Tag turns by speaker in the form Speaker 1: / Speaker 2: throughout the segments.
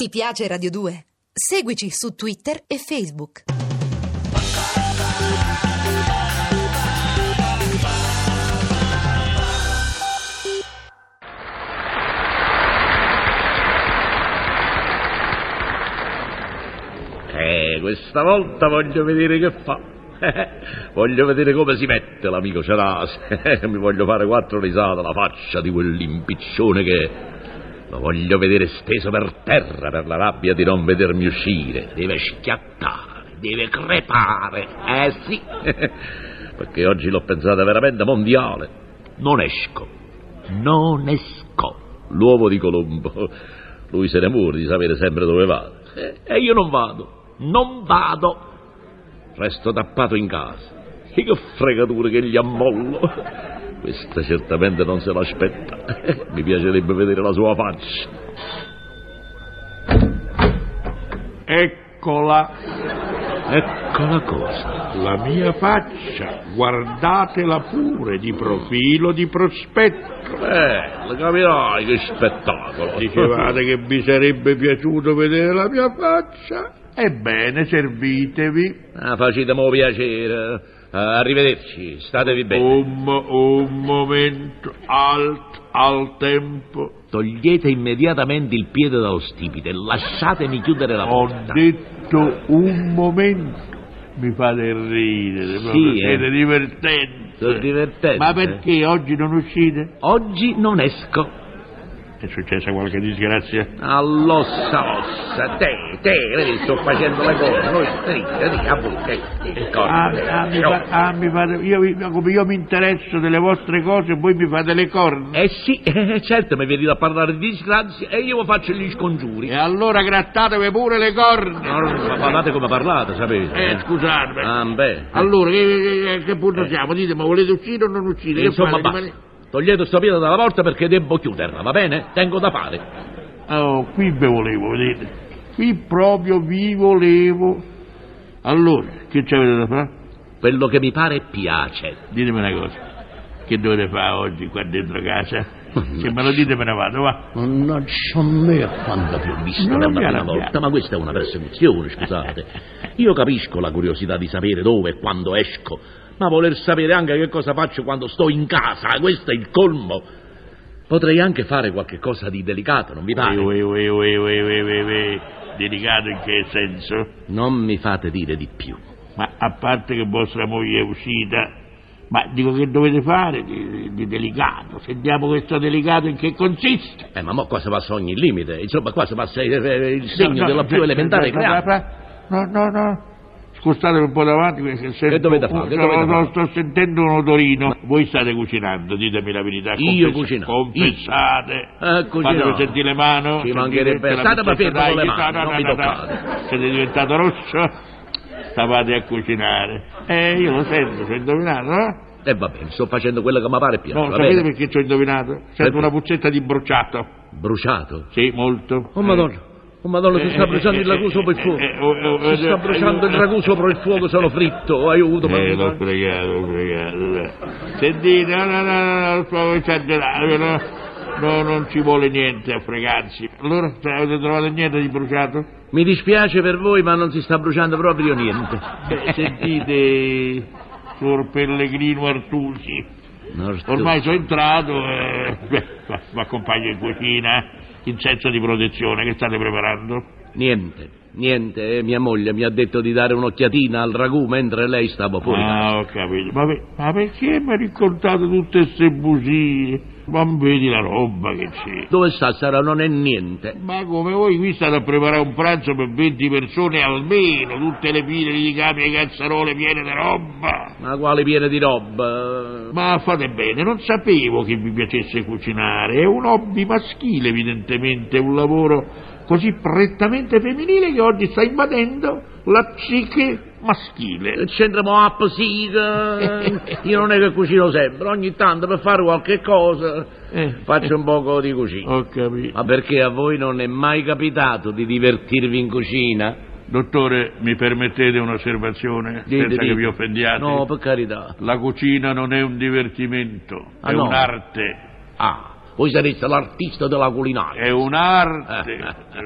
Speaker 1: Ti piace Radio 2? Seguici su Twitter e Facebook.
Speaker 2: Eh, questa volta voglio vedere che fa. voglio vedere come si mette l'amico Cerasi. Mi voglio fare quattro risate alla faccia di quell'impiccione che. Lo voglio vedere steso per terra per la rabbia di non vedermi uscire. Deve schiattare, deve crepare. Eh sì. Perché oggi l'ho pensata veramente mondiale. Non esco. Non esco. L'uovo di Colombo. Lui se ne muore di sapere sempre dove vado. E- E io non vado. Non vado. Resto tappato in casa. E che fregature che gli ammollo. Questa certamente non se l'aspetta. Mi piacerebbe vedere la sua faccia.
Speaker 3: Eccola
Speaker 2: Ecco la cosa.
Speaker 3: la mia faccia, guardatela pure di profilo, di prospetto.
Speaker 2: Eh, lo capirai che spettacolo.
Speaker 3: Dicevate che vi sarebbe piaciuto vedere la mia faccia? Ebbene, servitevi.
Speaker 2: Ah, facetemi piacere. Eh, arrivederci, statevi bene.
Speaker 3: Un, un momento, alt, al tempo.
Speaker 2: Togliete immediatamente il piede dallo stipite. Lasciatemi chiudere la
Speaker 3: Ho
Speaker 2: porta.
Speaker 3: detto un momento. Mi fate ridere, proprio,
Speaker 2: eh.
Speaker 3: siete divertenti.
Speaker 2: Sono divertente. eh?
Speaker 3: Ma perché oggi non uscite?
Speaker 2: Oggi non esco.
Speaker 3: È successa qualche disgrazia?
Speaker 2: All'ossa ossa, te, te, vedi, sto facendo le cose, noi dritte, dritte, a voi, te, te,
Speaker 3: Ah, ah, mi fa- ah, mi fate, io, vi- no, come io mi interesso delle vostre cose, voi mi fate le corna.
Speaker 2: Eh sì, eh, certo, mi venite a parlare di disgrazia e io faccio gli
Speaker 3: Eh, E
Speaker 2: scongiuri.
Speaker 3: allora grattatevi pure le corna.
Speaker 2: No, no, ma parlate come parlate, sapete?
Speaker 3: Eh, scusatemi.
Speaker 2: Ah, beh.
Speaker 3: Allora, che, che- che punto siamo? Ditemi, volete uscire o non uscire? Che
Speaker 2: Insomma,
Speaker 3: fate?
Speaker 2: basta.
Speaker 3: Rimane-
Speaker 2: Togliete sto piede dalla porta perché devo chiuderla, va bene? Tengo da fare.
Speaker 3: Oh, qui ve volevo, vedete. Qui proprio vi volevo. Allora, che ci avete da fare?
Speaker 2: Quello che mi pare e piace.
Speaker 3: Ditemi una cosa. Che dovete fare oggi qua dentro casa? Se me lo dite me ne vado, va.
Speaker 2: Mannaggia a me a quanta più vista per
Speaker 3: Non
Speaker 2: la
Speaker 3: abbiamo
Speaker 2: prima
Speaker 3: abbiamo.
Speaker 2: volta, ma questa è una persecuzione, scusate. Io capisco la curiosità di sapere dove e quando esco, ma voler sapere anche che cosa faccio quando sto in casa, questo è il colmo. Potrei anche fare qualche cosa di delicato, non vi pare?
Speaker 3: Ui, ui, ui, ui, ui, ui, ui. Delicato in che senso?
Speaker 2: Non mi fate dire di più.
Speaker 3: Ma a parte che vostra moglie è uscita, ma dico che dovete fare di, di delicato? Sentiamo questo delicato in che consiste.
Speaker 2: Eh, ma mo qua si passa ogni limite, insomma qua si passa eh, eh, il segno della più elementare
Speaker 3: no, no,
Speaker 2: creatura.
Speaker 3: No, no, no. Scusate un po' davanti perché sento
Speaker 2: Che dovete fare? Che
Speaker 3: no,
Speaker 2: dovete
Speaker 3: no,
Speaker 2: fare?
Speaker 3: sto sentendo un odorino. Voi state cucinando, ditemi la verità.
Speaker 2: Io
Speaker 3: confessa-
Speaker 2: cucino.
Speaker 3: Confessate.
Speaker 2: Eh, cucino.
Speaker 3: Fatemi sentire le mani.
Speaker 2: Ci mancherebbe. State ma fermo con le mani, non mi toccate.
Speaker 3: Siete diventato rosso? Stavate a cucinare. Eh, io lo sento, ci ho indovinato, no?
Speaker 2: E Eh, va bene, sto facendo quello che mi pare e piace,
Speaker 3: No,
Speaker 2: va
Speaker 3: sapete
Speaker 2: bene?
Speaker 3: perché ci ho indovinato?
Speaker 2: Perché?
Speaker 3: Sento una puzzetta di bruciato.
Speaker 2: Bruciato.
Speaker 3: Sì, molto.
Speaker 2: Oh madonna, oh madonna, si sta bruciando il ragù sopra il
Speaker 3: Eh, eh, eh,
Speaker 2: fuoco.
Speaker 3: eh,
Speaker 2: Si sta
Speaker 3: eh,
Speaker 2: bruciando il
Speaker 3: eh,
Speaker 2: ragù sopra il fuoco, sono fritto, Oh, aiuto.
Speaker 3: Eh, l'ho
Speaker 2: madonna.
Speaker 3: pregato, l'ho pregato. dai. Sentite, no, no, no, no, no, sto esagerando, no, no, non ci vuole niente a fregarsi. Allora, se avete trovato niente di bruciato?
Speaker 2: Mi dispiace per voi, ma non si sta bruciando proprio niente.
Speaker 3: Eh, Sentite, suor Pellegrino Artusi,
Speaker 2: Ormai
Speaker 3: eh, ormai sono entrato, eh, beh, mi accompagno in cucina, eh, in senso di protezione, che state preparando?
Speaker 2: Niente, niente, eh, mia moglie mi ha detto di dare un'occhiatina al ragù mentre lei stava fuori.
Speaker 3: Ah, ho capito. Ma, pe- ma perché mi ha raccontato tutte queste bugie? Ma vedi la roba che c'è.
Speaker 2: Dove sta Sara? Non è niente.
Speaker 3: Ma come voi qui state a preparare un pranzo per 20 persone almeno, tutte le pile di capi e cazzarole piene di roba?
Speaker 2: Ma quale piena di roba.
Speaker 3: Ma fate bene, non sapevo che vi piacesse cucinare, è un hobby maschile evidentemente, un lavoro così prettamente femminile che oggi sta invadendo la psiche maschile.
Speaker 2: Eh, C'entriamo a psica. Io non è che cucino sempre, ogni tanto per fare qualche cosa
Speaker 3: Eh,
Speaker 2: faccio un poco di cucina.
Speaker 3: ho capito.
Speaker 2: Ma perché a voi non è mai capitato di divertirvi in cucina?
Speaker 3: Dottore, mi permettete un'osservazione
Speaker 2: Dite,
Speaker 3: senza che
Speaker 2: dite.
Speaker 3: vi offendiate?
Speaker 2: No, per carità.
Speaker 3: La cucina non è un divertimento,
Speaker 2: Ah,
Speaker 3: è
Speaker 2: no?
Speaker 3: un'arte.
Speaker 2: Ah, Voi sareste l'artista della culinaria.
Speaker 3: È un'arte.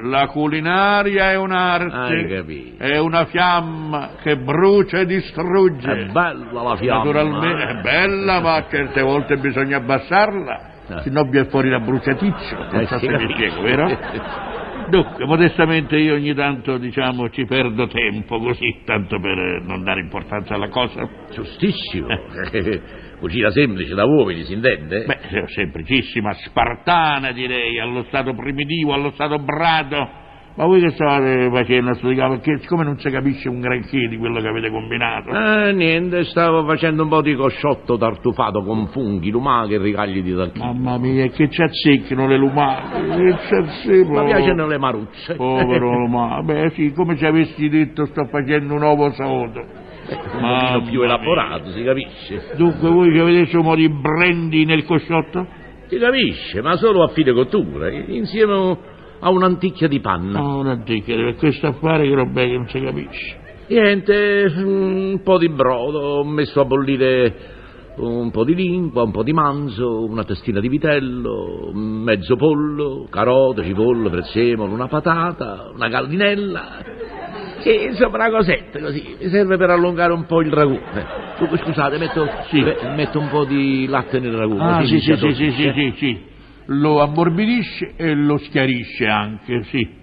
Speaker 3: La culinaria è un'arte.
Speaker 2: Hai capito.
Speaker 3: È una fiamma che brucia e distrugge.
Speaker 2: È Eh, bella la fiamma.
Speaker 3: Naturalmente
Speaker 2: eh.
Speaker 3: è bella, ma certe volte bisogna abbassarla,
Speaker 2: Eh.
Speaker 3: sennò vi è fuori la bruciaticcia. Non
Speaker 2: Eh,
Speaker 3: so
Speaker 2: sì,
Speaker 3: se mi
Speaker 2: capisco.
Speaker 3: spiego, vero? Dunque, modestamente io ogni tanto, diciamo, ci perdo tempo così, tanto per eh, non dare importanza alla cosa.
Speaker 2: Giustissimo. Eh, Cucina semplice da uomini, si intende?
Speaker 3: Beh, se- semplicissima, spartana direi, allo stato primitivo, allo stato brado. Ma voi che state facendo a studiare? Perché siccome non si capisce un granché di quello che avete combinato,
Speaker 2: Eh, niente, stavo facendo un po' di cosciotto tartufato con funghi, lumache e ricagli di tacchino.
Speaker 3: Mamma mia, che ci azzecchino le lumache, che ci azzeccano.
Speaker 2: Ma piacciono le marucce.
Speaker 3: Povero lumaco, beh sì, come se avessi detto sto facendo un ovo sodo.
Speaker 2: Eh, un
Speaker 3: Mamma
Speaker 2: pochino più
Speaker 3: mia.
Speaker 2: elaborato, si capisce?
Speaker 3: Dunque voi ci avete un po' di brandy nel cosciotto?
Speaker 2: Si capisce, ma solo a fine cottura, insieme a un'anticchia di panna.
Speaker 3: No, non dica, per questo affare che roba è che non si capisce.
Speaker 2: Niente, un po' di brodo, ho messo a bollire un po' di lingua, un po' di manzo, una testina di vitello, mezzo pollo, carote, cipolla, prezzemolo, una patata, una gallinella. E insomma una cosetta così, mi serve per allungare un po' il ragù. Eh, Scusate, metto,
Speaker 3: Sì.
Speaker 2: me- metto un po' di latte nel ragù.
Speaker 3: Ah,
Speaker 2: così
Speaker 3: sì, sì,
Speaker 2: mi si
Speaker 3: sì, sì, sì,
Speaker 2: addolcisce.
Speaker 3: sì, sì. Lo ammorbidisce e lo schiarisce anche, sì.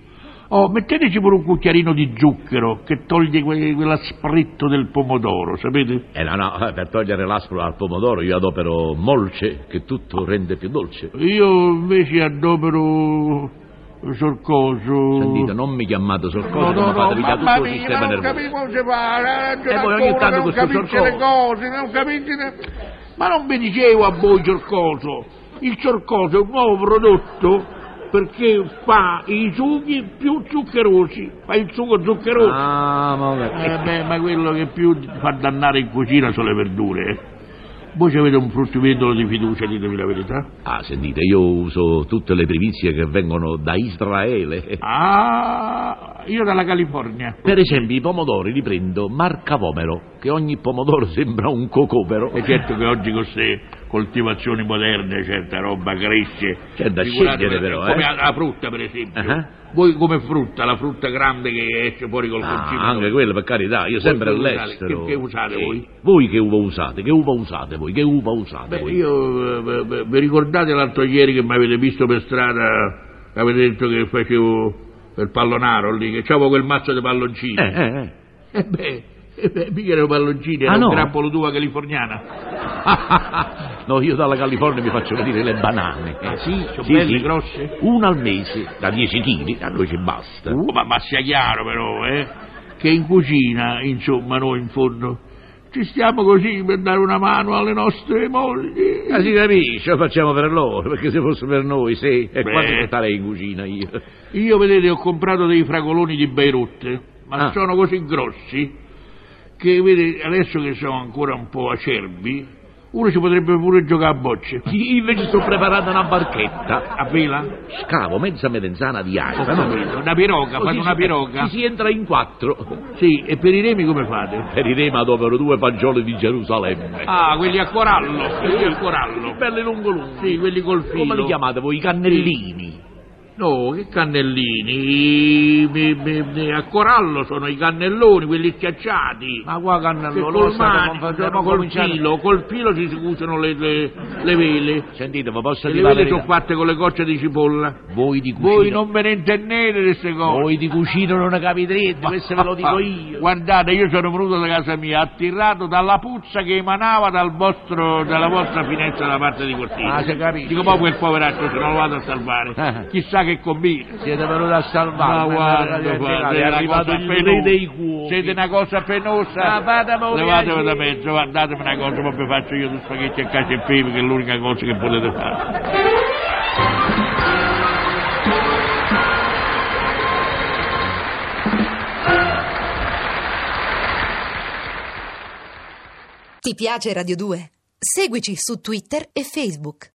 Speaker 3: Oh, metteteci pure un cucchiarino di zucchero che toglie que- quell'aspretto del pomodoro, sapete?
Speaker 2: Eh no, no, eh, per togliere l'aspro al pomodoro io adopero molce, che tutto rende più
Speaker 3: Mm.
Speaker 2: dolce.
Speaker 3: Io invece adopero sorcoso.
Speaker 2: Sentite, Cioè, non mi chiamate
Speaker 3: No,
Speaker 2: sorcoso,
Speaker 3: no,
Speaker 2: ma
Speaker 3: no,
Speaker 2: fatevi
Speaker 3: mamma
Speaker 2: cadere tutto il
Speaker 3: mia, ma
Speaker 2: sistema
Speaker 3: non
Speaker 2: nervoso.
Speaker 3: capisco come si fa, eh,
Speaker 2: E poi ogni
Speaker 3: ancora,
Speaker 2: tanto
Speaker 3: non
Speaker 2: questo
Speaker 3: capisci le
Speaker 2: sorcoso.
Speaker 3: cose, non capisci le... Ma non vi dicevo a voi sorcoso, il sorcoso è un nuovo prodotto perché fa i succhi più zuccherosi, fa il succo zuccheroso.
Speaker 2: Ah, ma
Speaker 3: Eh,
Speaker 2: vabbè.
Speaker 3: beh, ma quello che più fa dannare in cucina sono le verdure. eh. Voi ci avete un fruttivendolo di fiducia, ditemi la verità.
Speaker 2: Ah, sentite, io uso tutte le primizie che vengono da Israele.
Speaker 3: Ah, io dalla California.
Speaker 2: Per esempio, i pomodori li prendo marcavomero, che ogni pomodoro sembra un cocomero.
Speaker 3: E certo che oggi con queste coltivazioni moderne certa roba cresce.
Speaker 2: C'è da
Speaker 3: Figurate
Speaker 2: scegliere
Speaker 3: per-
Speaker 2: però,
Speaker 3: Come
Speaker 2: eh.
Speaker 3: la- la frutta, per esempio.
Speaker 2: Ah.
Speaker 3: Voi come frutta, la frutta grande che esce fuori col
Speaker 2: Ah,
Speaker 3: concime.
Speaker 2: anche quello, per carità, io sempre
Speaker 3: che usate?
Speaker 2: all'estero.
Speaker 3: Che- che usate
Speaker 2: Sì.
Speaker 3: voi?
Speaker 2: Voi che uva usate? Che uva usate voi? Che uva usate
Speaker 3: Beh,
Speaker 2: voi?
Speaker 3: io, eh, beh, vi ricordate l'altro ieri che mi avete visto per strada, avete detto che facevo il pallonaro lì, che c'avevo quel mazzo di palloncini.
Speaker 2: Eh, eh, eh.
Speaker 3: Eh beh, eh beh, mica erano palloncini, era
Speaker 2: Ah,
Speaker 3: un
Speaker 2: no?
Speaker 3: grappolo d'uva californiana.
Speaker 2: No, io dalla California mi faccio vedere le banane.
Speaker 3: Ah, sì? Sono belle, grosse?
Speaker 2: Una al mese, da 10 kg, a noi ci basta.
Speaker 3: Uh, ma, ma sia chiaro però, eh, che in cucina, insomma, noi in fondo ci stiamo così per dare una mano alle nostre mogli.
Speaker 2: Ma Ah, si capisce, lo facciamo per loro, perché se fosse per noi, sì. E
Speaker 3: Beh.
Speaker 2: quanto che starei in cucina io?
Speaker 3: Io, vedete, ho comprato dei fragoloni di Beirut, ma
Speaker 2: Ah.
Speaker 3: sono così grossi che, vedete, adesso che sono ancora un po' acerbi, uno ci potrebbe pure giocare a bocce.
Speaker 2: Io invece sto preparando una barchetta.
Speaker 3: A vela?
Speaker 2: Scavo mezza medenzana di
Speaker 3: Ho
Speaker 2: aiba, no?
Speaker 3: capito, Una piroga,
Speaker 2: Così
Speaker 3: fate una
Speaker 2: si-
Speaker 3: piroga.
Speaker 2: Si, si entra in quattro.
Speaker 3: Sì, e per i remi come fate?
Speaker 2: Per i re adopero due fagioli di Gerusalemme.
Speaker 3: Ah, quelli a corallo, quelli a corallo.
Speaker 2: belli lungo lungo.
Speaker 3: Sì, quelli col filo.
Speaker 2: Come li chiamate voi? I cannellini.
Speaker 3: No, che cannellini? I- mi- mi- mi- a corallo sono i cannelloni, quelli schiacciati.
Speaker 2: Ma qua
Speaker 3: Che
Speaker 2: cannello,
Speaker 3: col manico, sono col filo, col filo si cuciono le, le- le vele.
Speaker 2: Sentite, ma posso
Speaker 3: E
Speaker 2: dire Cioè,
Speaker 3: le
Speaker 2: la
Speaker 3: vele sono
Speaker 2: verità?
Speaker 3: fatte con le gocce di cipolla.
Speaker 2: Voi di cucina...
Speaker 3: Voi non ve ne intendete di queste cose.
Speaker 2: Voi di cucina non ne capirete, questo ve lo dico
Speaker 3: Ah,
Speaker 2: io.
Speaker 3: Guardate, io sono venuto da casa mia attirato dalla puzza che emanava dal vostro- dalla vostra finestra da parte di cortina.
Speaker 2: Ah, si capisce.
Speaker 3: Dico, ma quel poveraccio se non lo vado a salvare.
Speaker 2: Ah.
Speaker 3: Chissà che combina.
Speaker 2: Siete venuti a
Speaker 3: Ma
Speaker 2: salvarmi.
Speaker 3: guarda,
Speaker 2: guardate,
Speaker 3: guarda,
Speaker 2: è
Speaker 3: una
Speaker 2: arrivato
Speaker 3: cosa
Speaker 2: il re
Speaker 3: penosa.
Speaker 2: dei cuori.
Speaker 3: Siete una cosa penosa.
Speaker 2: Ma fatemi un
Speaker 3: Levatemi
Speaker 2: piacere.
Speaker 3: da mezzo, guardatemi una cosa, poi vi faccio io tutto spaghetti a cacio e pepe, che è l'unica cosa che potete fare.
Speaker 1: Ti piace Radio 2? Seguici su Twitter e Facebook.